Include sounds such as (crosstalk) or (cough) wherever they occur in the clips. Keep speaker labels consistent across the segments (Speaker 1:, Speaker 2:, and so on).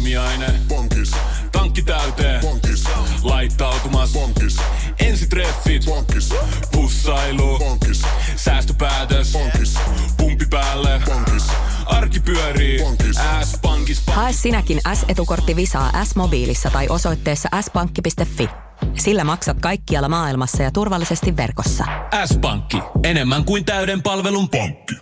Speaker 1: aamiainen.
Speaker 2: Pankis,
Speaker 1: Tankki täyteen,
Speaker 2: pankis,
Speaker 1: laittautumas.
Speaker 2: pankis,
Speaker 1: Ensitreffit,
Speaker 2: pankis,
Speaker 1: pussailu,
Speaker 2: pankis,
Speaker 1: säästöpäätös.
Speaker 2: pankis,
Speaker 1: Pumpi päälle,
Speaker 2: pankis,
Speaker 1: arki pyörii, S-pankis.
Speaker 3: Hae sinäkin S-etukortti Visaa S-mobiilissa tai osoitteessa s-pankki.fi. Sillä maksat kaikkialla maailmassa ja turvallisesti verkossa.
Speaker 1: S-pankki, enemmän kuin täyden palvelun pankki.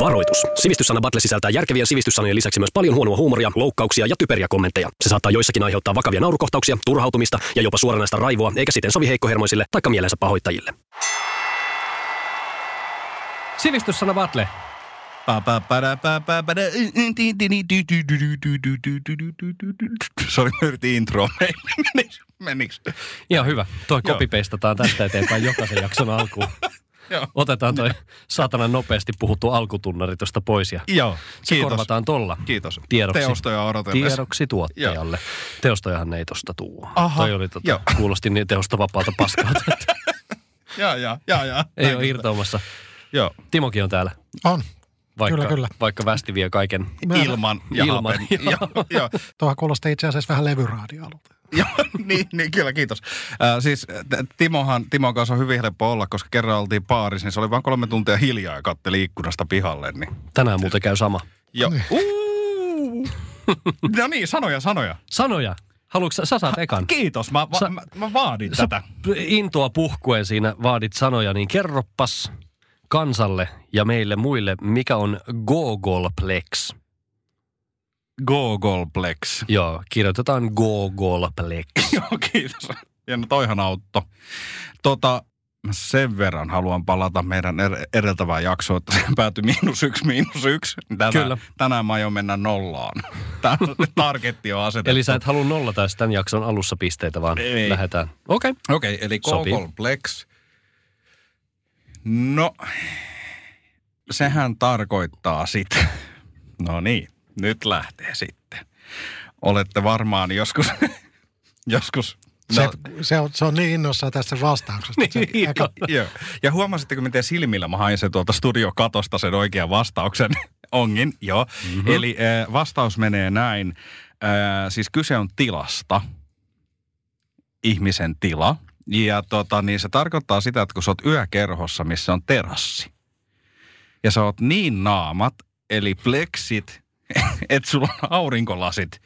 Speaker 4: Varoitus. Sivistyssana Battle sisältää järkevien sivistyssanojen lisäksi myös paljon huonoa huumoria, loukkauksia ja typeriä kommentteja. Se saattaa joissakin aiheuttaa vakavia naurukohtauksia, turhautumista ja jopa suoranaista raivoa, eikä siten sovi heikkohermoisille tai mielensä pahoittajille. Sivistyssana Battle. øh,
Speaker 5: Sori, mä yritin
Speaker 4: (laughs)
Speaker 5: introa. Meniks? Meniks?
Speaker 4: Ihan hyvä. Toi
Speaker 5: Joo.
Speaker 4: kopipeistataan tästä eteenpäin jokaisen jakson alkuun.
Speaker 5: Joo.
Speaker 4: Otetaan toi saatanan nopeasti puhuttu alkutunnari tuosta pois ja
Speaker 5: Joo,
Speaker 4: se
Speaker 5: kiitos.
Speaker 4: korvataan tolla.
Speaker 5: Kiitos.
Speaker 4: Tiedoksi.
Speaker 5: Teostoja odotellessa.
Speaker 4: Tiedoksi tuottajalle. Joo. Teostojahan ei tosta tuu.
Speaker 5: Aha,
Speaker 4: Toi oli tota,
Speaker 5: joo.
Speaker 4: kuulosti niin teosta vapaalta paskaa.
Speaker 5: (laughs) Jaa, jaa, jaa, jaa.
Speaker 4: ei
Speaker 5: Näin.
Speaker 4: ole irtoamassa.
Speaker 5: Joo.
Speaker 4: Timokin on täällä.
Speaker 6: On.
Speaker 4: Vaikka,
Speaker 6: Kyllä, kyllä.
Speaker 4: Vaikka västi vie kaiken.
Speaker 6: Mä-
Speaker 5: Ilman ja
Speaker 4: Ilman,
Speaker 5: hapen. Joo, joo.
Speaker 6: Tuohan kuulostaa itse asiassa vähän levyraadiolta.
Speaker 5: Joo, niin, niin, kyllä, kiitos. Äh, siis t- Timohan, Timon kanssa on hyvin helppo olla, koska kerran oltiin baarissa, niin se oli vain kolme tuntia hiljaa ja katteli ikkunasta pihalle. Niin.
Speaker 4: Tänään muuten käy sama.
Speaker 5: Joo. Uu. no niin, sanoja, sanoja.
Speaker 4: Sanoja. Haluatko sä, sä saat ekan?
Speaker 5: Kiitos, mä, va-
Speaker 4: Sä-
Speaker 5: mä, mä vaadin
Speaker 4: Sä
Speaker 5: tätä.
Speaker 4: p- intoa puhkuen siinä vaadit sanoja, niin kerropas kansalle ja meille muille, mikä on Gogolplex.
Speaker 5: Googleplex.
Speaker 4: Joo, kirjoitetaan Gogolplex.
Speaker 5: (laughs) Joo, kiitos. Ja no toihan auttoi. Tota, mä sen verran haluan palata meidän er- edeltävään jaksoon, että se päätyi miinus yksi, miinus yksi. Tänään,
Speaker 4: Kyllä.
Speaker 5: tänään mä aion mennä nollaan. (laughs) Tämä targetti on asetettu.
Speaker 4: Eli sä et halua nollata edes tämän jakson alussa pisteitä, vaan
Speaker 5: Ei.
Speaker 4: lähdetään. Okei. Okay.
Speaker 5: Okei, eli
Speaker 4: Sopii.
Speaker 5: K-Complex. No, sehän tarkoittaa sitä. No niin, nyt lähtee sitten. Olette varmaan joskus, (laughs) joskus. No,
Speaker 6: Se, se, on, se on niin innoissaan tästä vastauksesta. että se eka-
Speaker 5: (laughs) Joo. Ja huomasitteko, miten silmillä mä hain sen tuolta studiokatosta sen oikean vastauksen? (laughs) Ongin, joo. Mm-hmm. Eli äh, vastaus menee näin. Äh, siis kyse on tilasta, ihmisen tila. Ja tota, niin se tarkoittaa sitä, että kun sä oot yökerhossa, missä on terassi, ja sä oot niin naamat, eli pleksit, (laughs) että sulla on aurinkolasit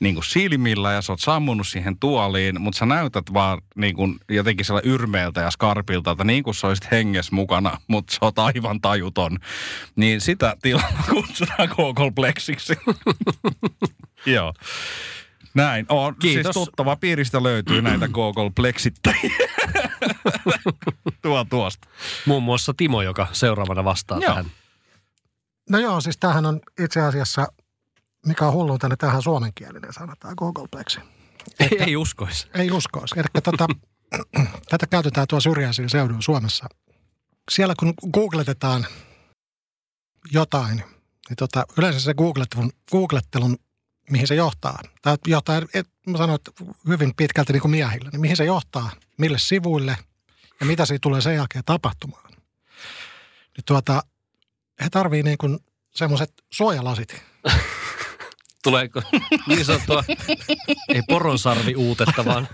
Speaker 5: niin kuin silmillä ja sä oot sammunut siihen tuoliin, mutta sä näytät vaan niin kuin jotenkin sillä yrmeeltä ja skarpilta, että niin kuin sä olisit henges mukana, mutta sä oot aivan tajuton. Niin sitä tilaa (laughs) kutsutaan (laughs) K-kompleksiksi. Joo. Näin. On,
Speaker 4: Kiitos.
Speaker 5: Siis tuttava piiristä löytyy näitä (laughs) K-kompleksittäjiä. Tuo tuosta.
Speaker 4: Muun muassa Timo, joka seuraavana vastaa
Speaker 5: Joo.
Speaker 4: Joo. tähän.
Speaker 6: No joo, siis tämähän on itse asiassa, mikä on hulluuta, niin tämähän on suomenkielinen sanotaan, Googleplex.
Speaker 4: Ei, ei uskois.
Speaker 6: Ei uskoisi. Eli tota, (clears throat) tätä käytetään tuolla syrjäisillä seuduilla Suomessa. Siellä kun googletetaan jotain, niin tota, yleensä se googlettelun, googlettelun, mihin se johtaa, tai johtaa, et, mä sanoin, että hyvin pitkälti niin kuin miehillä, niin mihin se johtaa, mille sivuille ja mitä siitä tulee sen jälkeen tapahtumaan. Niin tuota, he tarvii niin kuin semmoiset suojalasit,
Speaker 4: Tuleeko niin
Speaker 5: (laughs)
Speaker 4: sanottua, ei poronsarvi uutetta, vaan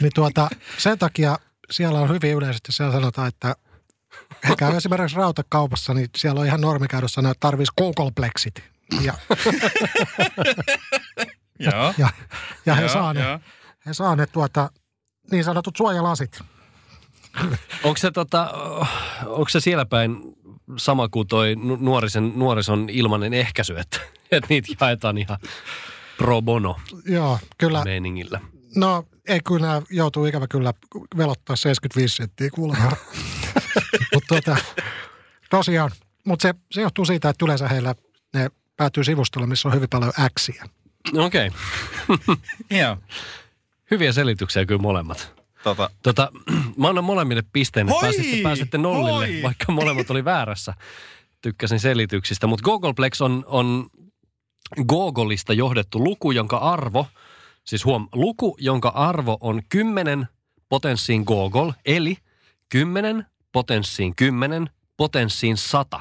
Speaker 6: Niin tuota, sen takia siellä on hyvin yleisesti, siellä sanotaan, että he käy esimerkiksi rautakaupassa, niin siellä on ihan normikäydössä sanoa, että tarvitsisi Google-pleksit. Ja,
Speaker 5: Joo.
Speaker 6: ja, ja he,
Speaker 5: Joo,
Speaker 6: saa ne,
Speaker 5: joo.
Speaker 6: he saa ne tuota, niin sanotut suojalasit.
Speaker 4: Onko se, tota, onko se siellä päin sama kuin toi nu- nuorisen, nuorison ilmanen ehkäisy, että, että niitä jaetaan ihan pro bono
Speaker 6: Joo, kyllä.
Speaker 4: meiningillä.
Speaker 6: No, ei kyllä nämä joutuu ikävä kyllä velottaa 75 senttiä (laughs) kuulemma. Mutta tuota, tosiaan, mutta se, se johtuu siitä, että yleensä heillä ne päätyy sivustolle, missä on hyvin paljon äksiä.
Speaker 4: Okei, okay.
Speaker 5: Joo.
Speaker 4: hyviä selityksiä kyllä molemmat.
Speaker 5: Tota,
Speaker 4: Tota, (clears throat) mä annan molemmille pisteen, että
Speaker 5: Hoi!
Speaker 4: pääsette, pääsette nollille,
Speaker 5: Hoi!
Speaker 4: vaikka molemmat oli väärässä. Tykkäsin selityksistä, mutta Googleplex on, on Googleista johdettu luku, jonka arvo, siis huom, luku, jonka arvo on 10 potenssiin Google, eli 10 potenssiin 10 potenssiin 100.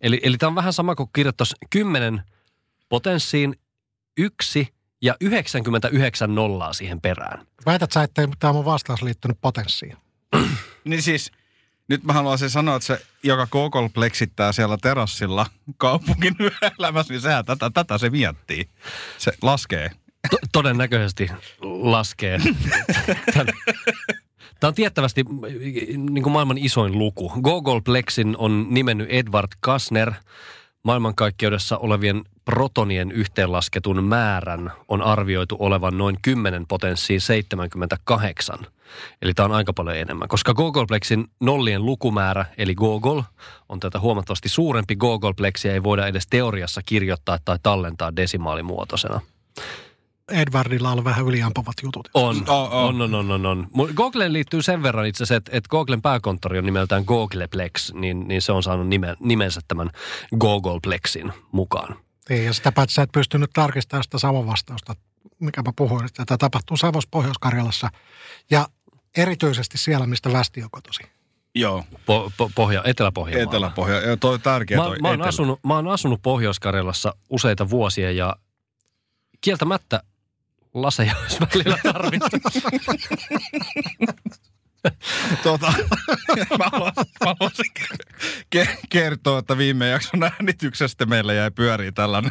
Speaker 4: Eli, eli tämä on vähän sama kuin kirjoittaisi 10 potenssiin yksi ja 99 nollaa siihen perään.
Speaker 6: Väität sä, ettei tämä mun vastaus liittynyt potenssiin.
Speaker 5: Niin siis, nyt mä haluaisin sanoa, että se, joka kokolpleksittää siellä terassilla kaupungin (laughs) yöelämässä, niin sehän tätä, tätä se miettii. Se laskee.
Speaker 4: To- todennäköisesti laskee. Tän- Tämä on tiettävästi niin kuin maailman isoin luku. Googleplexin on nimennyt Edward Kasner. Maailmankaikkeudessa olevien protonien yhteenlasketun määrän on arvioitu olevan noin 10 potenssiin 78. Eli tämä on aika paljon enemmän, koska Googleplexin nollien lukumäärä, eli Google, on tätä huomattavasti suurempi. Googleplexia ei voida edes teoriassa kirjoittaa tai tallentaa desimaalimuotoisena.
Speaker 6: Edwardilla on vähän yliampuvat jutut.
Speaker 4: On,
Speaker 5: On,
Speaker 4: on,
Speaker 5: on.
Speaker 4: on, on, on, on. Mu- Googleen liittyy sen verran itse asiassa, että, että Googlen pääkonttori on nimeltään Googleplex, niin, niin se on saanut nime, nimensä tämän Googleplexin mukaan.
Speaker 6: Ei, Niin, ja sitä paitsi sä et pystynyt tarkistamaan sitä samaa vastausta, mikä mä puhuin, että tämä tapahtuu Savossa Pohjois-Karjalassa. Ja erityisesti siellä, mistä Västi on kotosi.
Speaker 5: Joo.
Speaker 4: Po, po, pohja, Etelä-Pohjanmaalla.
Speaker 5: Eteläpohja. Joo, toi on tärkeä
Speaker 4: Mä,
Speaker 5: toi
Speaker 4: mä, oon
Speaker 5: etelä.
Speaker 4: asunut, mä oon asunut Pohjois-Karjalassa useita vuosia ja kieltämättä laseja olisi välillä tarvittu.
Speaker 5: Tota, (laughs) mä haluan- mä haluaisin ke- kertoa, että viime jakson äänityksestä meillä jäi pyöriin tällainen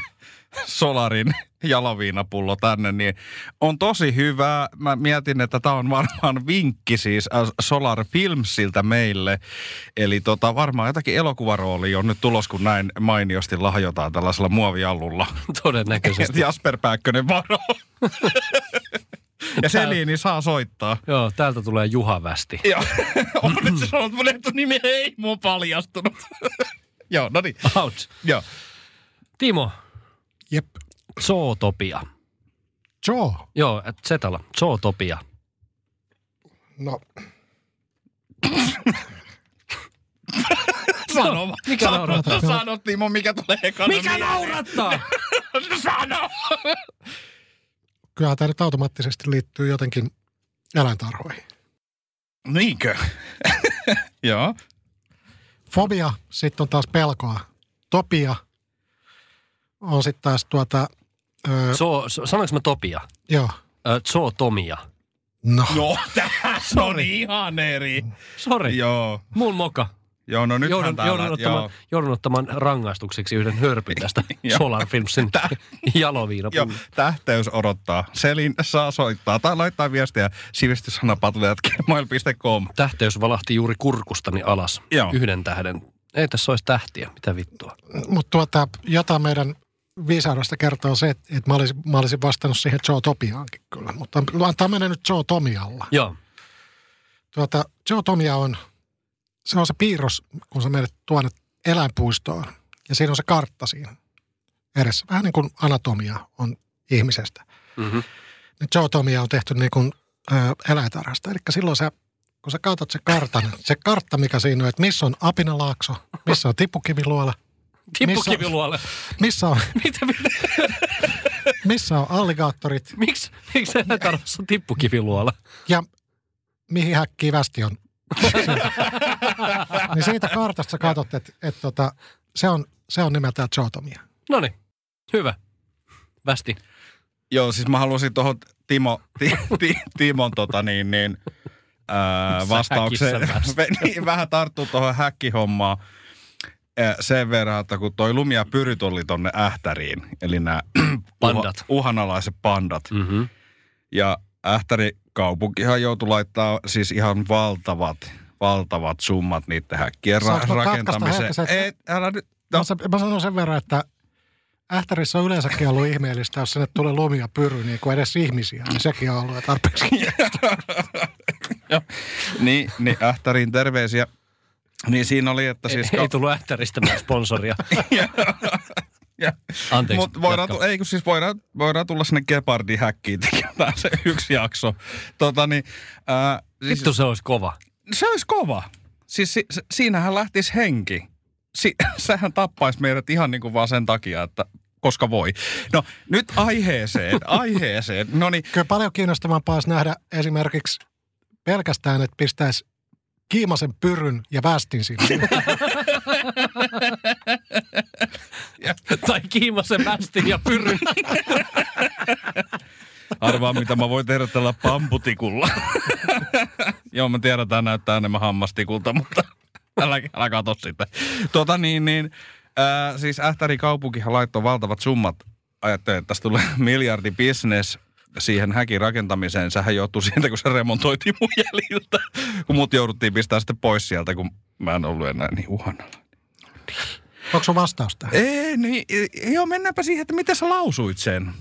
Speaker 5: Solarin jalaviinapullo tänne, niin on tosi hyvää. Mä mietin, että tämä on varmaan vinkki siis äh, Solar Filmsiltä meille. Eli tota, varmaan jotakin elokuvaroolia on nyt tulos, kun näin mainiosti lahjotaan tällaisella muoviallulla.
Speaker 4: Todennäköisesti.
Speaker 5: Jasper Pääkkönen varo. ja Selini saa soittaa.
Speaker 4: Joo, täältä tulee Juha Västi.
Speaker 5: Joo, (laughs) on nyt se sanonut, mun etunimi ei mun paljastunut. (laughs) Joo, no niin.
Speaker 4: Out.
Speaker 5: Joo.
Speaker 4: Timo,
Speaker 6: Jep.
Speaker 4: zootopia.
Speaker 6: Joo.
Speaker 4: Joo, et Zetala, zootopia.
Speaker 6: No,
Speaker 5: Sano vaan.
Speaker 4: Mikä
Speaker 5: Sano-
Speaker 4: naurattaa?
Speaker 5: Sano, Timo, mikä tulee ekana
Speaker 4: Mikä
Speaker 5: mieleen.
Speaker 4: naurattaa?
Speaker 5: (laughs) Sano!
Speaker 6: kyllähän tämä nyt automaattisesti liittyy jotenkin eläintarhoihin.
Speaker 5: (laughs) Niinkö? Joo.
Speaker 6: Fobia, sitten on taas pelkoa. Topia on sitten taas tuota, ö,
Speaker 4: Zoo, so, sanoinko mä Topia?
Speaker 6: joo.
Speaker 4: Ö, Zootomia.
Speaker 6: No,
Speaker 5: Joo, tässä on ihan eri.
Speaker 4: Sori,
Speaker 5: Joo.
Speaker 4: mulla moka.
Speaker 5: Joo, no nythän
Speaker 4: Joudun,
Speaker 5: täällä.
Speaker 4: joudun, ottamaan,
Speaker 5: joo.
Speaker 4: joudun ottamaan rangaistukseksi yhden hörpyn tästä
Speaker 5: (laughs) Joo.
Speaker 4: Solar Filmsin (laughs)
Speaker 5: Joo,
Speaker 4: jaloviinapullo.
Speaker 5: tähteys odottaa. Selin saa soittaa tai laittaa viestiä sivistyssanapatlojat.gmail.com.
Speaker 4: Tähteys valahti juuri kurkustani alas.
Speaker 5: Joo.
Speaker 4: Yhden tähden. Ei tässä olisi tähtiä, mitä vittua.
Speaker 6: mutta tuota, jotain meidän viisaudesta kertoo se, että et mä, olisin, mä olisin vastannut siihen Joe Topiaankin kyllä. Mutta antaa mennä nyt Joe Tomialla.
Speaker 4: Joo,
Speaker 6: Tuota, Joe Tomia on, se on se piirros, kun sä menet tuonne eläinpuistoon. Ja siinä on se kartta siinä edessä. Vähän niin kuin anatomia on ihmisestä.
Speaker 4: Mhm.
Speaker 6: Niin Joe Tomia on tehty niin kuin ö, eläintarhasta. Eli silloin sä, kun sä katsot se kartan, se kartta mikä siinä on, että missä on Apinalaakso, missä on Tippukiviluola,
Speaker 4: tippukiviluolle. (laughs)
Speaker 6: missä on,
Speaker 4: Mitä, mitä,
Speaker 6: missä on alligaattorit
Speaker 4: miksi, miksi eläintarhassa on tippukiviluola?
Speaker 6: ja mihin häkkiin västi (laughs) on. niin siitä kartasta sä katsot, että et, tota, se, on, se on nimeltään zootomia.
Speaker 4: Noniin, hyvä. Västi.
Speaker 5: Joo, siis mä halusin tuohon Timo, ti, ti, Timon tota niin, niin, ää,
Speaker 4: Sä
Speaker 5: vastaukseen.
Speaker 4: häkissä
Speaker 5: (laughs)
Speaker 4: vasta.
Speaker 5: Ve- niin, vähän tarttuu tuohon häkkihommaan ää, sen verran, että kun toi lumi ja pyryt oli tonne ähtäriin, eli (clears throat) nämä
Speaker 4: Pandat.
Speaker 5: uhanalaiset pandat. Mm.
Speaker 4: Mm-hmm.
Speaker 5: Ja ähtäri kaupunkihan joutui laittaa siis ihan valtavat, valtavat summat niiden häkkien
Speaker 6: Saanko
Speaker 5: ra-
Speaker 6: mä katkaista
Speaker 5: rakentamiseen.
Speaker 6: hetkisen, että-
Speaker 5: Ei, älä nyt. No,
Speaker 6: No. Mä, sa- mä sanon sen verran, että Ähtärissä on yleensäkin ollut ihmeellistä, jos sinne tulee lumi ja pyry, niin kuin edes ihmisiä, niin sekin on ollut jo (laughs) tarpeeksi.
Speaker 5: niin, niin ähtäriin terveisiä. Niin siinä oli, että siis...
Speaker 4: Ei, ei tullut ähtäristä
Speaker 5: (laughs)
Speaker 4: sponsoria.
Speaker 5: Ja-
Speaker 4: Anteeksi,
Speaker 5: Mut voidaan,
Speaker 4: jatka.
Speaker 5: tu- ei kun siis voidaan, voidaan tulla sinne Gepardin häkkiin tekemään se yksi jakso. Tota niin, ää, siis,
Speaker 4: Vittu se olisi kova.
Speaker 5: se olisi kova. Siis si, si, siinähän lähtisi henki. Si, (laughs) sehän tappaisi meidät ihan niin kuin vaan sen takia, että koska voi. No nyt aiheeseen, aiheeseen. No niin,
Speaker 6: Kyllä paljon kiinnostavampaa olisi nähdä esimerkiksi pelkästään, että pistäisi kiimasen pyryn ja västin (laughs) sinne.
Speaker 4: (laughs) tai kiimasen västin ja (laughs) pyryn.
Speaker 5: Arvaa, mitä mä voin tehdä tällä pamputikulla. (laughs) Joo, mä tiedän, tämä näyttää enemmän hammastikulta, mutta (laughs) älä, älä kato sitä. Tota niin, niin äh, siis Ähtäri kaupunkihan laittoi valtavat summat. Ajattelin, että tästä tulee (laughs) miljardi business siihen häkin rakentamiseen. Sehän johtui siitä, kun se remontoitiin mun jäljiltä. Kun mut jouduttiin pistää sitten pois sieltä, kun mä en ollut enää niin uhanalla.
Speaker 6: Onko sun vastaus tähän?
Speaker 5: Ei, niin, ei- joo, mennäänpä siihen, että miten sä lausuit sen.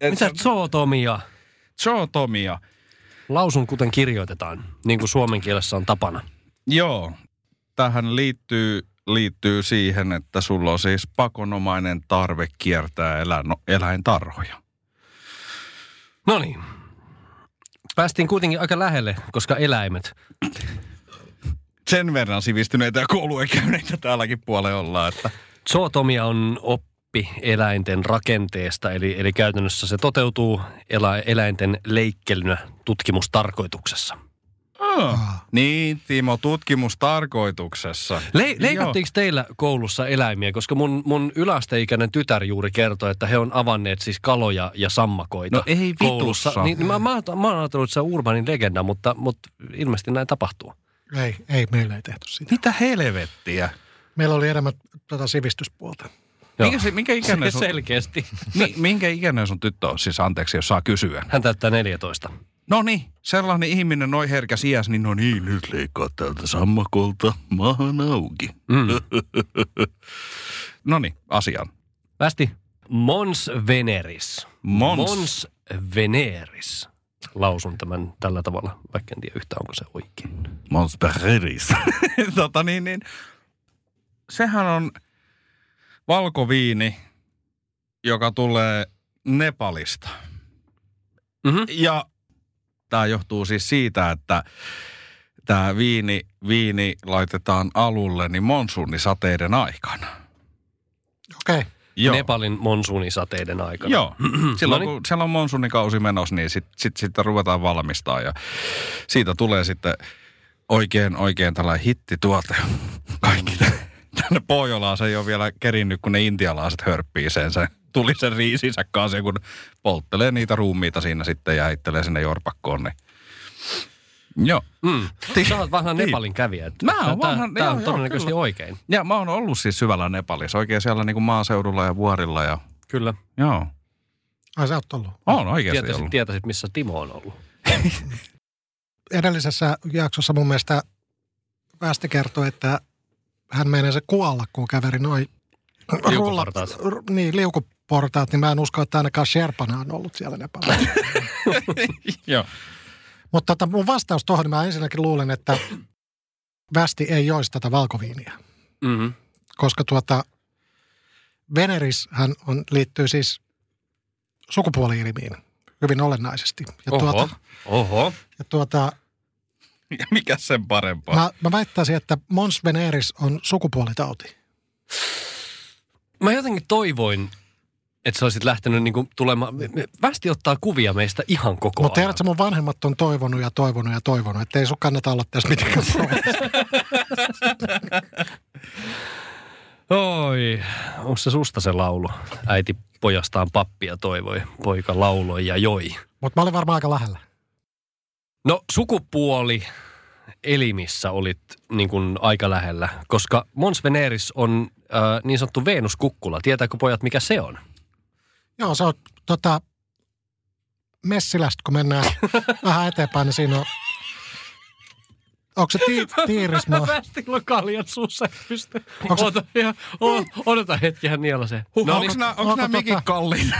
Speaker 5: Et-
Speaker 4: Mitä zootomia?
Speaker 5: Zootomia.
Speaker 4: Lausun kuten kirjoitetaan, niin kuin suomen kielessä on tapana.
Speaker 5: Joo, tähän liittyy, liittyy siihen, että sulla on siis pakonomainen tarve kiertää elä, no, eläintarhoja.
Speaker 4: No niin. Päästiin kuitenkin aika lähelle, koska eläimet.
Speaker 5: Sen verran sivistyneitä ja kouluja käyneitä täälläkin puolella ollaan, että
Speaker 4: Zootomia on oppi eläinten rakenteesta, eli, eli käytännössä se toteutuu elä, eläinten leikkelynä tutkimustarkoituksessa.
Speaker 5: Aa. Niin, Timo, tutkimustarkoituksessa.
Speaker 4: Le- leikattiinko teillä koulussa eläimiä? Koska mun, mun yläasteikäinen tytär juuri kertoi, että he on avanneet siis kaloja ja sammakoita
Speaker 5: No ei
Speaker 4: koulussa.
Speaker 5: vitussa.
Speaker 4: Niin, mä, mä, oon- mä oon ajatellut, että se on urbanin legenda, mutta, mutta ilmeisesti näin tapahtuu.
Speaker 6: Ei, ei, meillä ei tehty sitä.
Speaker 5: Mitä helvettiä?
Speaker 6: Meillä oli enemmän tota sivistyspuolta.
Speaker 4: Joo.
Speaker 5: Mikä, se, minkä, ikäinen
Speaker 4: Se
Speaker 5: sun,
Speaker 4: selkeästi.
Speaker 5: mi, minkä ikäinen sun tyttö on? Siis anteeksi, jos saa kysyä.
Speaker 4: Hän täyttää 14.
Speaker 5: No niin, sellainen ihminen noin herkä sijas, niin no niin, nyt leikkaa tältä sammakolta maahan auki.
Speaker 4: Mm.
Speaker 5: No niin, asiaan.
Speaker 4: Västi. Mons veneris.
Speaker 5: Mons.
Speaker 4: Mons veneris. Lausun tämän tällä tavalla, vaikka en tiedä yhtään, onko se oikein.
Speaker 5: Mons Pereris. (laughs) tota niin, niin. Sehän on valkoviini, joka tulee Nepalista.
Speaker 4: Mm-hmm.
Speaker 5: Ja tämä johtuu siis siitä, että tämä viini, viini laitetaan alulle niin monsuunisateiden aikana.
Speaker 6: Okei. Okay.
Speaker 4: Nepalin monsuunisateiden aikana.
Speaker 5: Joo, (clears throat) silloin
Speaker 4: No niin.
Speaker 5: kun siellä on monsuunikausi menossa, niin sitten sit, sit sitä ruvetaan valmistaa ja siitä tulee sitten oikein, oikein tällainen hittituote. (laughs) Kaikki t- tänne Pohjolaan se ei ole vielä kerinnyt, kun ne intialaiset hörppii sen, sen tuli sen riisinsä kanssa, ja kun polttelee niitä ruumiita siinä sitten ja heittelee sinne jorpakkoon, niin Joo.
Speaker 4: Mm. Sä oot vanhan
Speaker 5: Niin.
Speaker 4: Nepalin kävijä. että
Speaker 5: Mä oon
Speaker 4: tää-
Speaker 5: vanhan-
Speaker 4: Tää
Speaker 5: joo,
Speaker 4: on
Speaker 5: joo,
Speaker 4: todennäköisesti
Speaker 5: kyllä.
Speaker 4: oikein.
Speaker 5: Ja mä oon ollut siis syvällä Nepalissa, oikein siellä niin kuin maaseudulla ja vuorilla ja
Speaker 4: Kyllä.
Speaker 5: joo.
Speaker 6: Ai sä oot ollut.
Speaker 5: On oikeasti
Speaker 4: Tietäisit,
Speaker 5: ollut.
Speaker 4: tietäisit, missä Timo on ollut.
Speaker 6: Edellisessä jaksossa mun mielestä Västi kertoi, että hän menee se kuolla, kun käveri noin
Speaker 4: Liukuportaat.
Speaker 6: rulla- r- niin, liukuportaat, niin mä en usko, että ainakaan Sherpana on ollut siellä
Speaker 4: (laughs)
Speaker 6: Nepalissa.
Speaker 5: Joo. (laughs)
Speaker 6: Mutta tota, mun vastaus tuohon, niin mä ensinnäkin luulen, että Västi ei joisi tätä valkoviiniä.
Speaker 4: Mm-hmm.
Speaker 6: koska tuota, Venerishän on, liittyy siis sukupuoli-ilmiin hyvin olennaisesti. Ja
Speaker 4: Oho.
Speaker 6: tuota,
Speaker 4: Oho.
Speaker 6: ja tuota,
Speaker 5: Ja mikä sen parempaa?
Speaker 6: mä, mä väittäisin, että Mons Veneris on sukupuolitauti.
Speaker 4: Mä jotenkin toivoin, että sä olisit lähtenyt niinku tulemaan. Västi ottaa kuvia meistä ihan koko
Speaker 6: Mutta
Speaker 4: ajan.
Speaker 6: tiedätkö, mun vanhemmat on toivonut ja toivonut ja toivonut, että ei sun kannata olla tässä mitenkään (laughs) provosoitu.
Speaker 4: Oi, onko se susta se laulu? Äiti pojastaan pappia toivoi, poika lauloi ja joi.
Speaker 6: Mutta mä olin varmaan aika lähellä.
Speaker 4: No sukupuoli elimissä olit niin kuin aika lähellä, koska Mons Veneris on äh, niin sanottu Venuskukkula. Tietääkö pojat, mikä se on?
Speaker 6: Joo, se on tota, Messilästä, kun mennään vähän eteenpäin, niin siinä on... Onko se ti-
Speaker 4: (laughs)
Speaker 6: tiirismaa?
Speaker 4: Västiklo kaljan suussa pysty.
Speaker 6: Onks-
Speaker 4: Oota, ihan, o, odota hetki, hän niela se.
Speaker 5: Huh,
Speaker 4: No
Speaker 5: onko
Speaker 4: niin,
Speaker 5: nämä, onko
Speaker 6: onko
Speaker 5: nämä
Speaker 6: tota-
Speaker 5: mikin kalliita?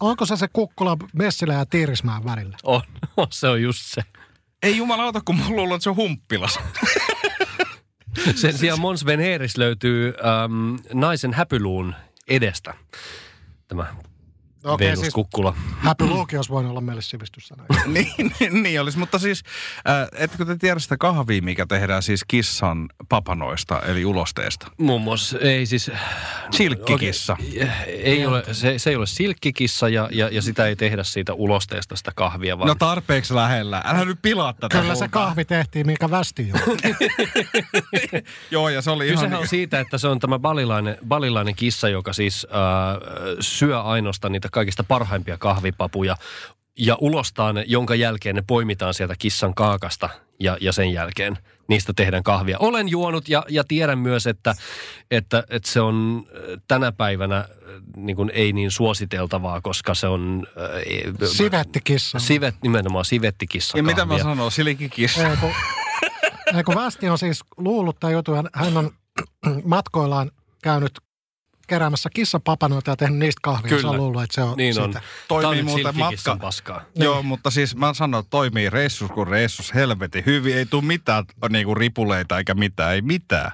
Speaker 6: Onko se se kukkula Messilä ja Tiirismään välillä?
Speaker 4: on, (laughs) on, se on just se.
Speaker 5: (laughs) Ei jumalauta, kun mä luulen, että se on humppilas.
Speaker 4: (laughs) Sen sijaan Mons Veneris löytyy äm, naisen häpyluun edestä. Tämä Okay,
Speaker 6: Okei,
Speaker 4: Venus siis...
Speaker 6: siis-
Speaker 4: Kukkula.
Speaker 6: Happy Luke olisi voinut olla meille sivistyssana.
Speaker 5: (laughs) niin, niin, niin olisi, mutta siis äh, etkö te tiedä sitä kahvia, mikä tehdään siis kissan papanoista, eli ulosteesta?
Speaker 4: Muun muassa, ei siis...
Speaker 5: Silkkikissa.
Speaker 4: Okei, Ei ole, se, se ei ole silkkikissa ja, ja, ja sitä ei tehdä siitä ulosteesta sitä kahvia, vaan
Speaker 5: No tarpeeksi lähellä. Älä nyt pilaa tätä.
Speaker 6: Kyllä se
Speaker 5: multa.
Speaker 6: kahvi tehtiin, minkä västi jo.
Speaker 5: Joo, ja se oli ihan...
Speaker 4: Kysehän on siitä, että se on tämä balilainen, balilainen kissa, joka siis äh, syö ainoastaan niitä kaikista parhaimpia kahvipapuja ja ulostaa ne, jonka jälkeen ne poimitaan sieltä kissan kaakasta ja, ja sen jälkeen niistä tehdään kahvia. Olen juonut ja, ja tiedän myös, että, että, että se on äh, tänä päivänä äh, niin kuin ei niin suositeltavaa, koska se on... Äh, ei-
Speaker 6: Sivetti kissa.
Speaker 4: Sivet, nimenomaan sivettikissa
Speaker 5: Ja mitä mä sanon, silkkikissa.
Speaker 6: Ei, kun, ei, kun Västi on siis luullut tämä juttu. Hän- Hän on (clears throat) matkoillaan käynyt keräämässä kissapapanoita ja tehnyt niistä kahvia. Se
Speaker 4: Kyllä.
Speaker 6: on luullut, että se on
Speaker 4: Niin on.
Speaker 6: siitä.
Speaker 5: Toimii
Speaker 4: Tää on nyt
Speaker 5: muuten
Speaker 4: silkkikissan
Speaker 5: matka.
Speaker 4: paskaa.
Speaker 5: Joo, mutta siis mä sanon, että toimii reissus kuin reissus. Helvetin hyvin. Ei tule mitään niinku ripuleita eikä mitään. Ei mitään.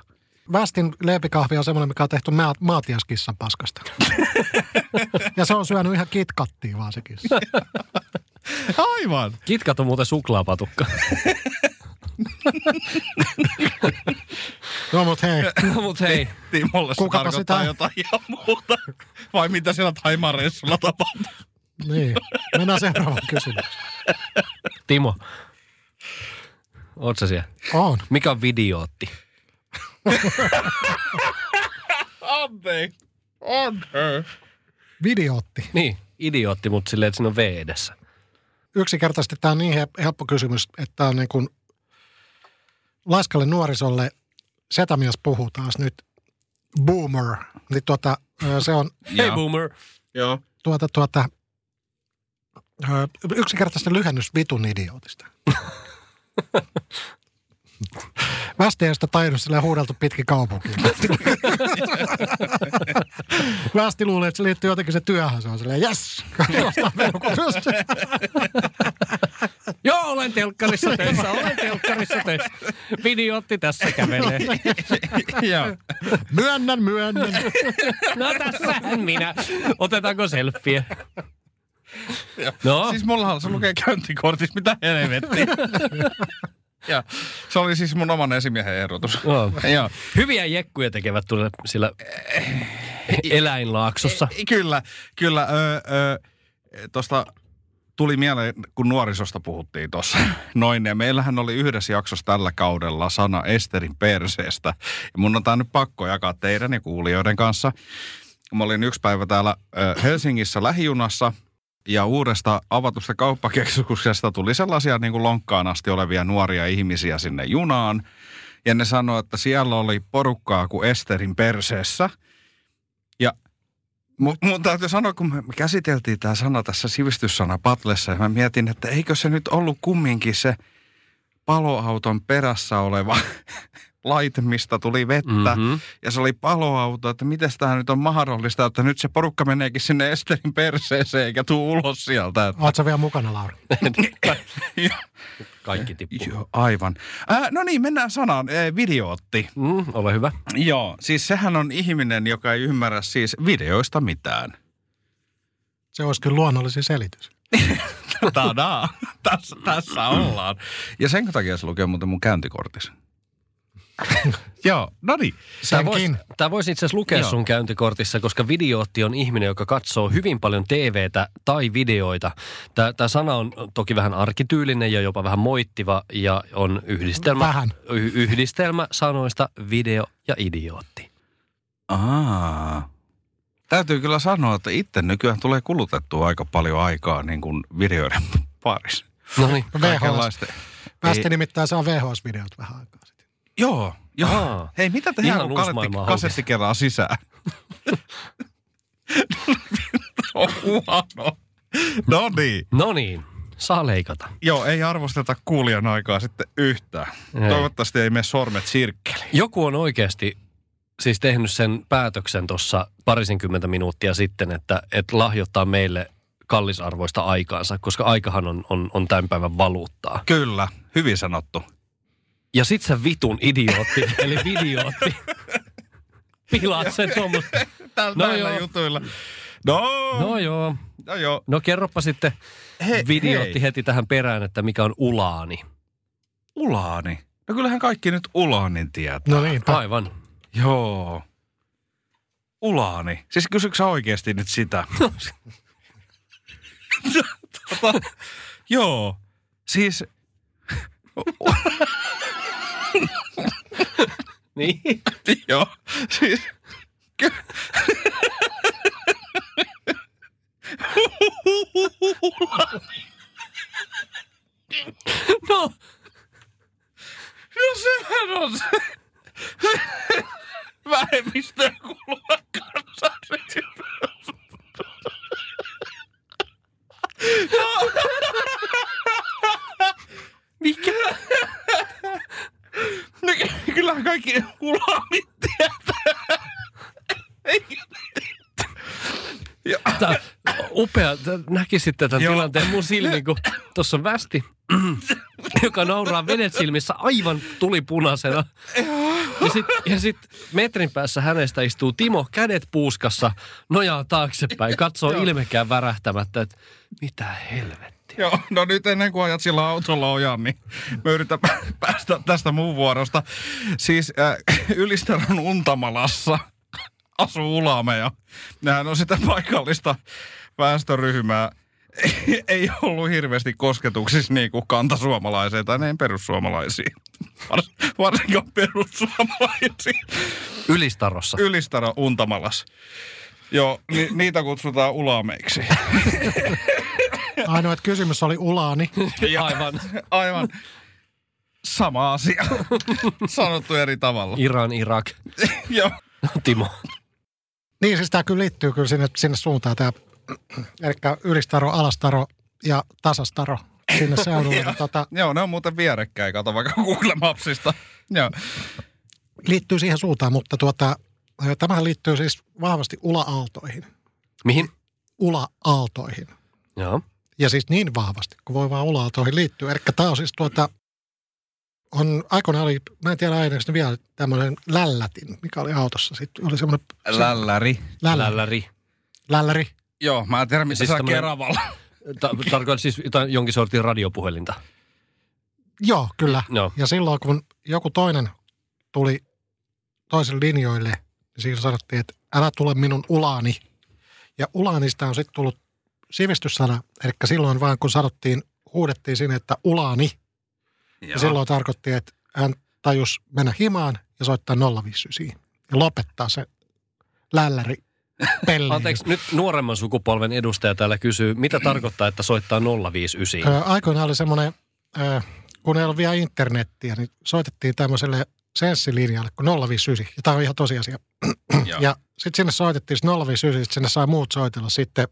Speaker 6: Västin leipikahvi on semmoinen, mikä on tehty ma- maatiaskissan
Speaker 4: (laughs)
Speaker 6: paskasta. ja se on syönyt ihan kitkattiin vaan se kissa.
Speaker 4: No.
Speaker 5: Aivan.
Speaker 4: Kitkat on muuten suklaapatukka.
Speaker 6: No mut hei,
Speaker 4: (laughs) No mut hei,
Speaker 5: Timolle se
Speaker 6: Kukapa
Speaker 5: tarkoittaa
Speaker 6: sitä-
Speaker 5: jotain ihan muuta. Vai mitä siellä Taimaan reissulla tapahtuu?
Speaker 6: niin. Mennään seuraavaan kysymykseen.
Speaker 4: Timo. Oot sä siellä?
Speaker 6: On.
Speaker 4: Mikä on videootti?
Speaker 5: Anteeksi. Anteeksi.
Speaker 6: Videootti.
Speaker 4: Niin, idiootti, mutta silleen, että siinä on V edessä.
Speaker 6: Yksinkertaisesti tämä on niin he- helppo kysymys, että tää on niin kuin laiskalle nuorisolle setämies puhuu taas nyt. Boomer. Niin tuota, ö, se on
Speaker 4: Hei boomer!
Speaker 5: Joo.
Speaker 6: tuota, tuota, ö, yksinkertaisesti lyhennys vitun idiootista. Västiäistä taidossa sillä on huudeltu pitkin kaupunkiin. Västi luulee, että se liittyy jotenkin se työhön. Se on silleen, jes! Nostaa peukku pystyyn.
Speaker 4: Joo, olen telkkarissa töissä, olen telkkarissa töissä. Videootti tässä kävelee.
Speaker 5: Joo.
Speaker 6: Myönnän, myönnän.
Speaker 4: No tässähän minä. Otetaanko selfie? No,
Speaker 5: Siis mullahan se lukee käyntikortissa, mitä helvettiä. (laughs) ja se oli siis mun oman esimiehen ehdotus.
Speaker 4: Joo.
Speaker 5: Joo.
Speaker 4: hyviä jekkuja tekevät tuolla sillä
Speaker 5: Eh.
Speaker 4: eläinlaaksossa.
Speaker 5: (laughs) Kyllä, kyllä. Ö, ö, tosta tuli mieleen, kun nuorisosta puhuttiin tuossa. (laughs) Noin, ja meillähän oli yhdessä jaksossa tällä kaudella sana Esterin perseestä. Ja mun on tää nyt pakko jakaa teidän ja kuulijoiden kanssa. Mä olin yksi päivä täällä ö, Helsingissä lähijunassa ja uudesta avatusta kauppakeskuksesta tuli sellaisia niin kuin lonkkaan asti olevia nuoria ihmisiä sinne junaan. Ja ne sanoi, että siellä oli porukkaa kuin Esterin perseessä. Ja Mun, mun täytyy sanoa, kun me me käsiteltiin tämä sana tässä sivistyssana Patlessa, ja mä mietin, että eikö se nyt ollut kumminkin se paloauton perässä oleva (laughs) laite, mistä tuli vettä.
Speaker 4: Mhm.
Speaker 5: Mm-hmm. Ja se oli paloauto, että miten tämä nyt on mahdollista, että nyt se porukka meneekin sinne Esterin perseeseen eikä tuu ulos sieltä. (laughs)
Speaker 6: Oletko vielä mukana, Lauri?
Speaker 4: Kaikki tippuu.
Speaker 5: Joo, aivan. Ää, no niin, mennään sanaan. Ee, videootti.
Speaker 4: Mm, ole hyvä.
Speaker 5: Joo, siis sehän on ihminen, joka ei ymmärrä siis videoista mitään. (laughs)
Speaker 6: Se olisi kyllä luonnollisin selitys.
Speaker 5: Tadaa. Tässä, tässä ollaan. Ja sen takia se lukee muuten mun käyntikortissa. (laughs) Joo, no niin.
Speaker 4: Tämä voisi
Speaker 6: Senkin.
Speaker 4: vois itse asiassa lukea
Speaker 5: Joo.
Speaker 4: sun käyntikortissa, koska videootti on ihminen, joka katsoo hyvin paljon TVtä tai videoita. Tämä sana on toki vähän arkityylinen ja jopa vähän moittiva ja on yhdistelmä,
Speaker 6: Vähän.
Speaker 4: Y- yhdistelmä sanoista video ja idiootti.
Speaker 5: Aa. Täytyy kyllä sanoa, että itse nykyään tulee kulutettua aika paljon aikaa niin kuin videoiden parissa.
Speaker 4: No niin.
Speaker 6: VHS.
Speaker 5: Kaikenlaisten-
Speaker 6: Västi
Speaker 5: Ei-
Speaker 6: nimittäin saa VHS-videot vähän aikaa sitten.
Speaker 5: Joo, joo.
Speaker 4: Aa.
Speaker 5: Hei, mitä tehdään,
Speaker 4: Ihan
Speaker 5: kun
Speaker 4: uusi
Speaker 5: kasetti,
Speaker 4: maailma
Speaker 5: kasetti
Speaker 4: (laughs)
Speaker 5: kerää sisään? (laughs) on huono. No niin.
Speaker 4: No niin, saa leikata.
Speaker 5: Joo, ei arvosteta kuulijan aikaa sitten yhtään.
Speaker 4: Ei.
Speaker 5: Toivottavasti ei mene sormet sirkkeliin.
Speaker 4: Joku on oikeasti siis tehnyt sen päätöksen tuossa parisenkymmentä minuuttia sitten, että, että lahjoittaa meille kallisarvoista aikaansa, koska aikahan on, on, on tämän päivän valuuttaa.
Speaker 5: Kyllä, hyvin sanottu.
Speaker 4: Ja sit se vitun idiootti, (laughs) eli videootti, pilaat sen tuommoista.
Speaker 5: Tällä,
Speaker 4: No
Speaker 5: näillä
Speaker 4: joo.
Speaker 5: jutuilla. No,
Speaker 4: No joo.
Speaker 5: no joo.
Speaker 4: No kerropa sitten,
Speaker 5: He,
Speaker 4: videotti
Speaker 5: hei.
Speaker 4: heti tähän perään, että mikä on ulaani.
Speaker 5: Ulaani. No kyllähän kaikki nyt Ulaanin tietää.
Speaker 6: No niin,
Speaker 4: Aivan.
Speaker 5: Joo. Ulaani. Siis kysyksä sä oikeasti nyt sitä? tota, joo. Siis
Speaker 4: Niin.
Speaker 5: (laughs) Joo, siis... ky-
Speaker 4: No,
Speaker 5: No sehän on se vähemmistöön kuuluva kansanryhmä.
Speaker 4: mikä?
Speaker 5: No ky- kyllähän kaikki ulaamit
Speaker 4: Tää, upea. Tää, näkisit tämän
Speaker 5: Joo.
Speaker 4: tilanteen mun silmiin, kun tuossa on västi, (clears throat) joka nauraa vedet silmissä aivan tulipunaisena. Ja sitten ja sit metrin päässä hänestä istuu Timo, kädet puuskassa, nojaa taaksepäin, katsoo ilmekään värähtämättä, että mitä helvettiä.
Speaker 5: Joo, no nyt ennen kuin ajat sillä autolla ojan, niin me yritän pä- päästä tästä muun vuorosta. Siis äh, Ylisterön Untamalassa asuu Ulame ja nehän on sitä paikallista väestöryhmää. Ei- Ei ollut hirveästi kosketuksissa niin kuin kantasuomalaiseen tai ne perussuomalaisiin. Vars, varsinkaan perussuomalaisiin.
Speaker 4: Ylistarossa.
Speaker 5: Ylistara Untamalas. Joo, ni, niitä kutsutaan ulameiksi.
Speaker 6: ainoa että kysymys oli ulaani.
Speaker 4: Aivan.
Speaker 5: (laughs) Aivan. Sama asia. (laughs) Sanottu eri (laughs) tavalla.
Speaker 4: Iran, Irak.
Speaker 5: Joo.
Speaker 4: Timo.
Speaker 6: Niin, siis tämä kyllä liittyy kyllä sinne, sinne suuntaan (clears throat) tämä, eli ylistaro, alastaro ja tasastaro sinne seudulle. niin tota,
Speaker 5: Joo, ne on muuten vierekkäin. Kato vaikka Google Mapsista. Joo.
Speaker 6: liittyy siihen suuntaan, mutta tuota, ö, tämähän liittyy siis vahvasti ula-aaltoihin.
Speaker 4: Mihin?
Speaker 6: Ula-aaltoihin.
Speaker 4: Joo.
Speaker 6: Ja siis niin vahvasti, kun voi vaan ula-aaltoihin liittyä. Eli tämä on siis tuota, on, aikoinaan oli, mä en tiedä ainakin ne vielä tämmöinen lällätin, mikä oli autossa. Sitten oli semmoinen
Speaker 5: Lälläri.
Speaker 6: lällä,
Speaker 4: Lälläri.
Speaker 6: lälläri.
Speaker 5: Joo, mä en tiedä mitä
Speaker 4: Siis
Speaker 5: siis sä
Speaker 4: tämmönen-
Speaker 5: (clears throat) Keravalla.
Speaker 4: Ta- tarkoitan siis jotain, jonkin sortin radiopuhelinta.
Speaker 6: Joo, kyllä.
Speaker 4: Joo.
Speaker 6: Ja silloin, kun joku toinen tuli toisen linjoille, niin siinä sanottiin, että älä tule minun ulaani. Ja ulaanista on sitten tullut sivistyssana, eli silloin vaan kun sanottiin, huudettiin sinne, että ulaani, ja silloin tarkoitti, että hän tajus mennä himaan ja soittaa 059 ja lopettaa se
Speaker 4: (laughs)
Speaker 6: lälläri pelli.
Speaker 4: Anteeksi, nyt nuoremman sukupolven edustaja täällä kysyy, mitä tarkoittaa, että soittaa
Speaker 5: Niin.
Speaker 4: 059?
Speaker 6: Ö, Aikoinaan oli semmoinen, ö, kun ei ollut vielä internettiä, niin soitettiin tämmöiselle senssilinjalle kuin 059. Ja tämä on ihan tosiasia.
Speaker 5: Joo.
Speaker 6: Ja sitten sinne soitettiin se 059, sit sinne sai muut soitella sitten.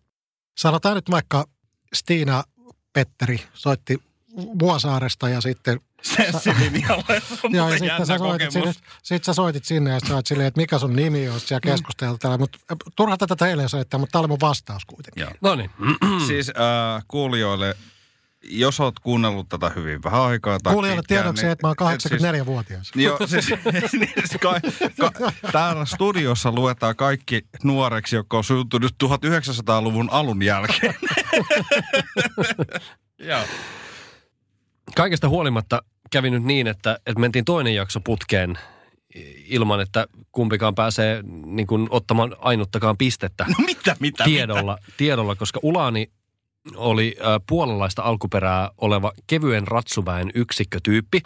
Speaker 6: Sanotaan nyt vaikka Stina Petteri soitti Vuosaaresta ja sitten...
Speaker 5: Senssilinjalle.
Speaker 6: (laughs) Joo, ja sitten sä, soitit sinne, sit sä soitit sinne ja sä oot silleen, että mikä sun nimi on, sit
Speaker 5: Mm.
Speaker 6: siellä keskusteltiin. Mutta äh, turha tätä teille soittaa, mutta tämä oli mun vastaus kuitenkin.
Speaker 5: Joo.
Speaker 4: No niin,
Speaker 6: Mm.
Speaker 5: Siis äh, kuulijoille, jos oot kuunnellut tätä hyvin vähän aikaa tai
Speaker 6: Kuulijoille
Speaker 5: pitkään,
Speaker 6: tiedoksi,
Speaker 5: niin-
Speaker 6: että mä oon
Speaker 5: et siis-
Speaker 6: 84-vuotias.
Speaker 5: Joo, siis, (laughs) siis ka, ka, täällä studiossa luetaan kaikki nuoreksi, jotka on syntynyt 1900-luvun alun jälkeen. (laughs) No Joo.
Speaker 4: kaikesta huolimatta kävi nyt niin, että, että mentiin toinen jakso putkeen i- ilman, että kumpikaan pääsee niin kuin, ottamaan ainuttakaan pistettä
Speaker 5: No mitä, mitä,
Speaker 4: tiedolla, tiedolla, koska Ulaani oli äh, puolalaista alkuperää oleva kevyen ratsuväen yksikkötyyppi,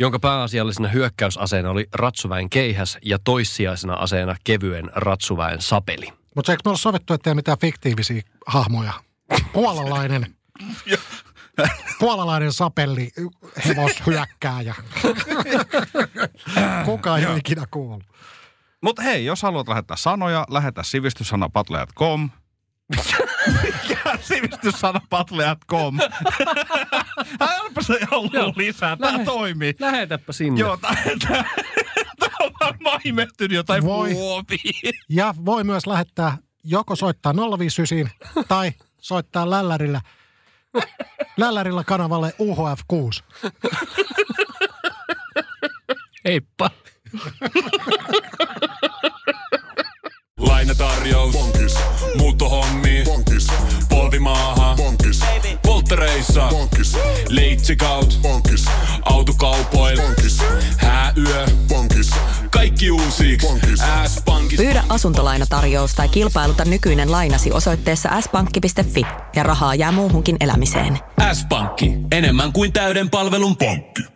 Speaker 4: jonka pääasiallisena hyökkäysaseena oli ratsuväen keihäs ja toissijaisena aseena kevyen ratsuväen sapeli.
Speaker 6: Mutta eikö me ole sovittu, ettei mitään fiktiivisiä hahmoja? Puolalainen. Puolalainen sapelli, hevoshyökkääjä. Kukaan ei ole ikinä kuullut.
Speaker 5: Mutta hei, jos haluat lähettää sanoja, lähetä sivistyssanapatlejat.com. (laughs) Mikä (laughs) sivistyssanapatlejat.com? Äläpä se ollut lisää, tää
Speaker 4: Lähe-
Speaker 5: toimii.
Speaker 4: Lähetäpä sinne.
Speaker 5: Joo, tää, tää, tää on varmaan imehtynyt jotain
Speaker 6: Voi.
Speaker 5: muovia.
Speaker 6: Ja voi myös lähettää joko soittaa 059 tai soittaa lällärillä, lällärillä kanavalle UHF6.
Speaker 4: Heippa.
Speaker 1: Lainatarjous. Bonkis. Mut Metsikaut,
Speaker 2: Pankis,
Speaker 1: autokaupoil,
Speaker 2: pankis,
Speaker 1: hääyö,
Speaker 2: pankis,
Speaker 1: kaikki uusiiksi.
Speaker 2: Pankki.
Speaker 1: S-pankki.
Speaker 3: Pyydä asuntolainatarjous tai kilpailuta nykyinen lainasi osoitteessa s-pankki.fi ja rahaa jää muuhunkin elämiseen.
Speaker 1: S-pankki, enemmän kuin täyden palvelun pankki.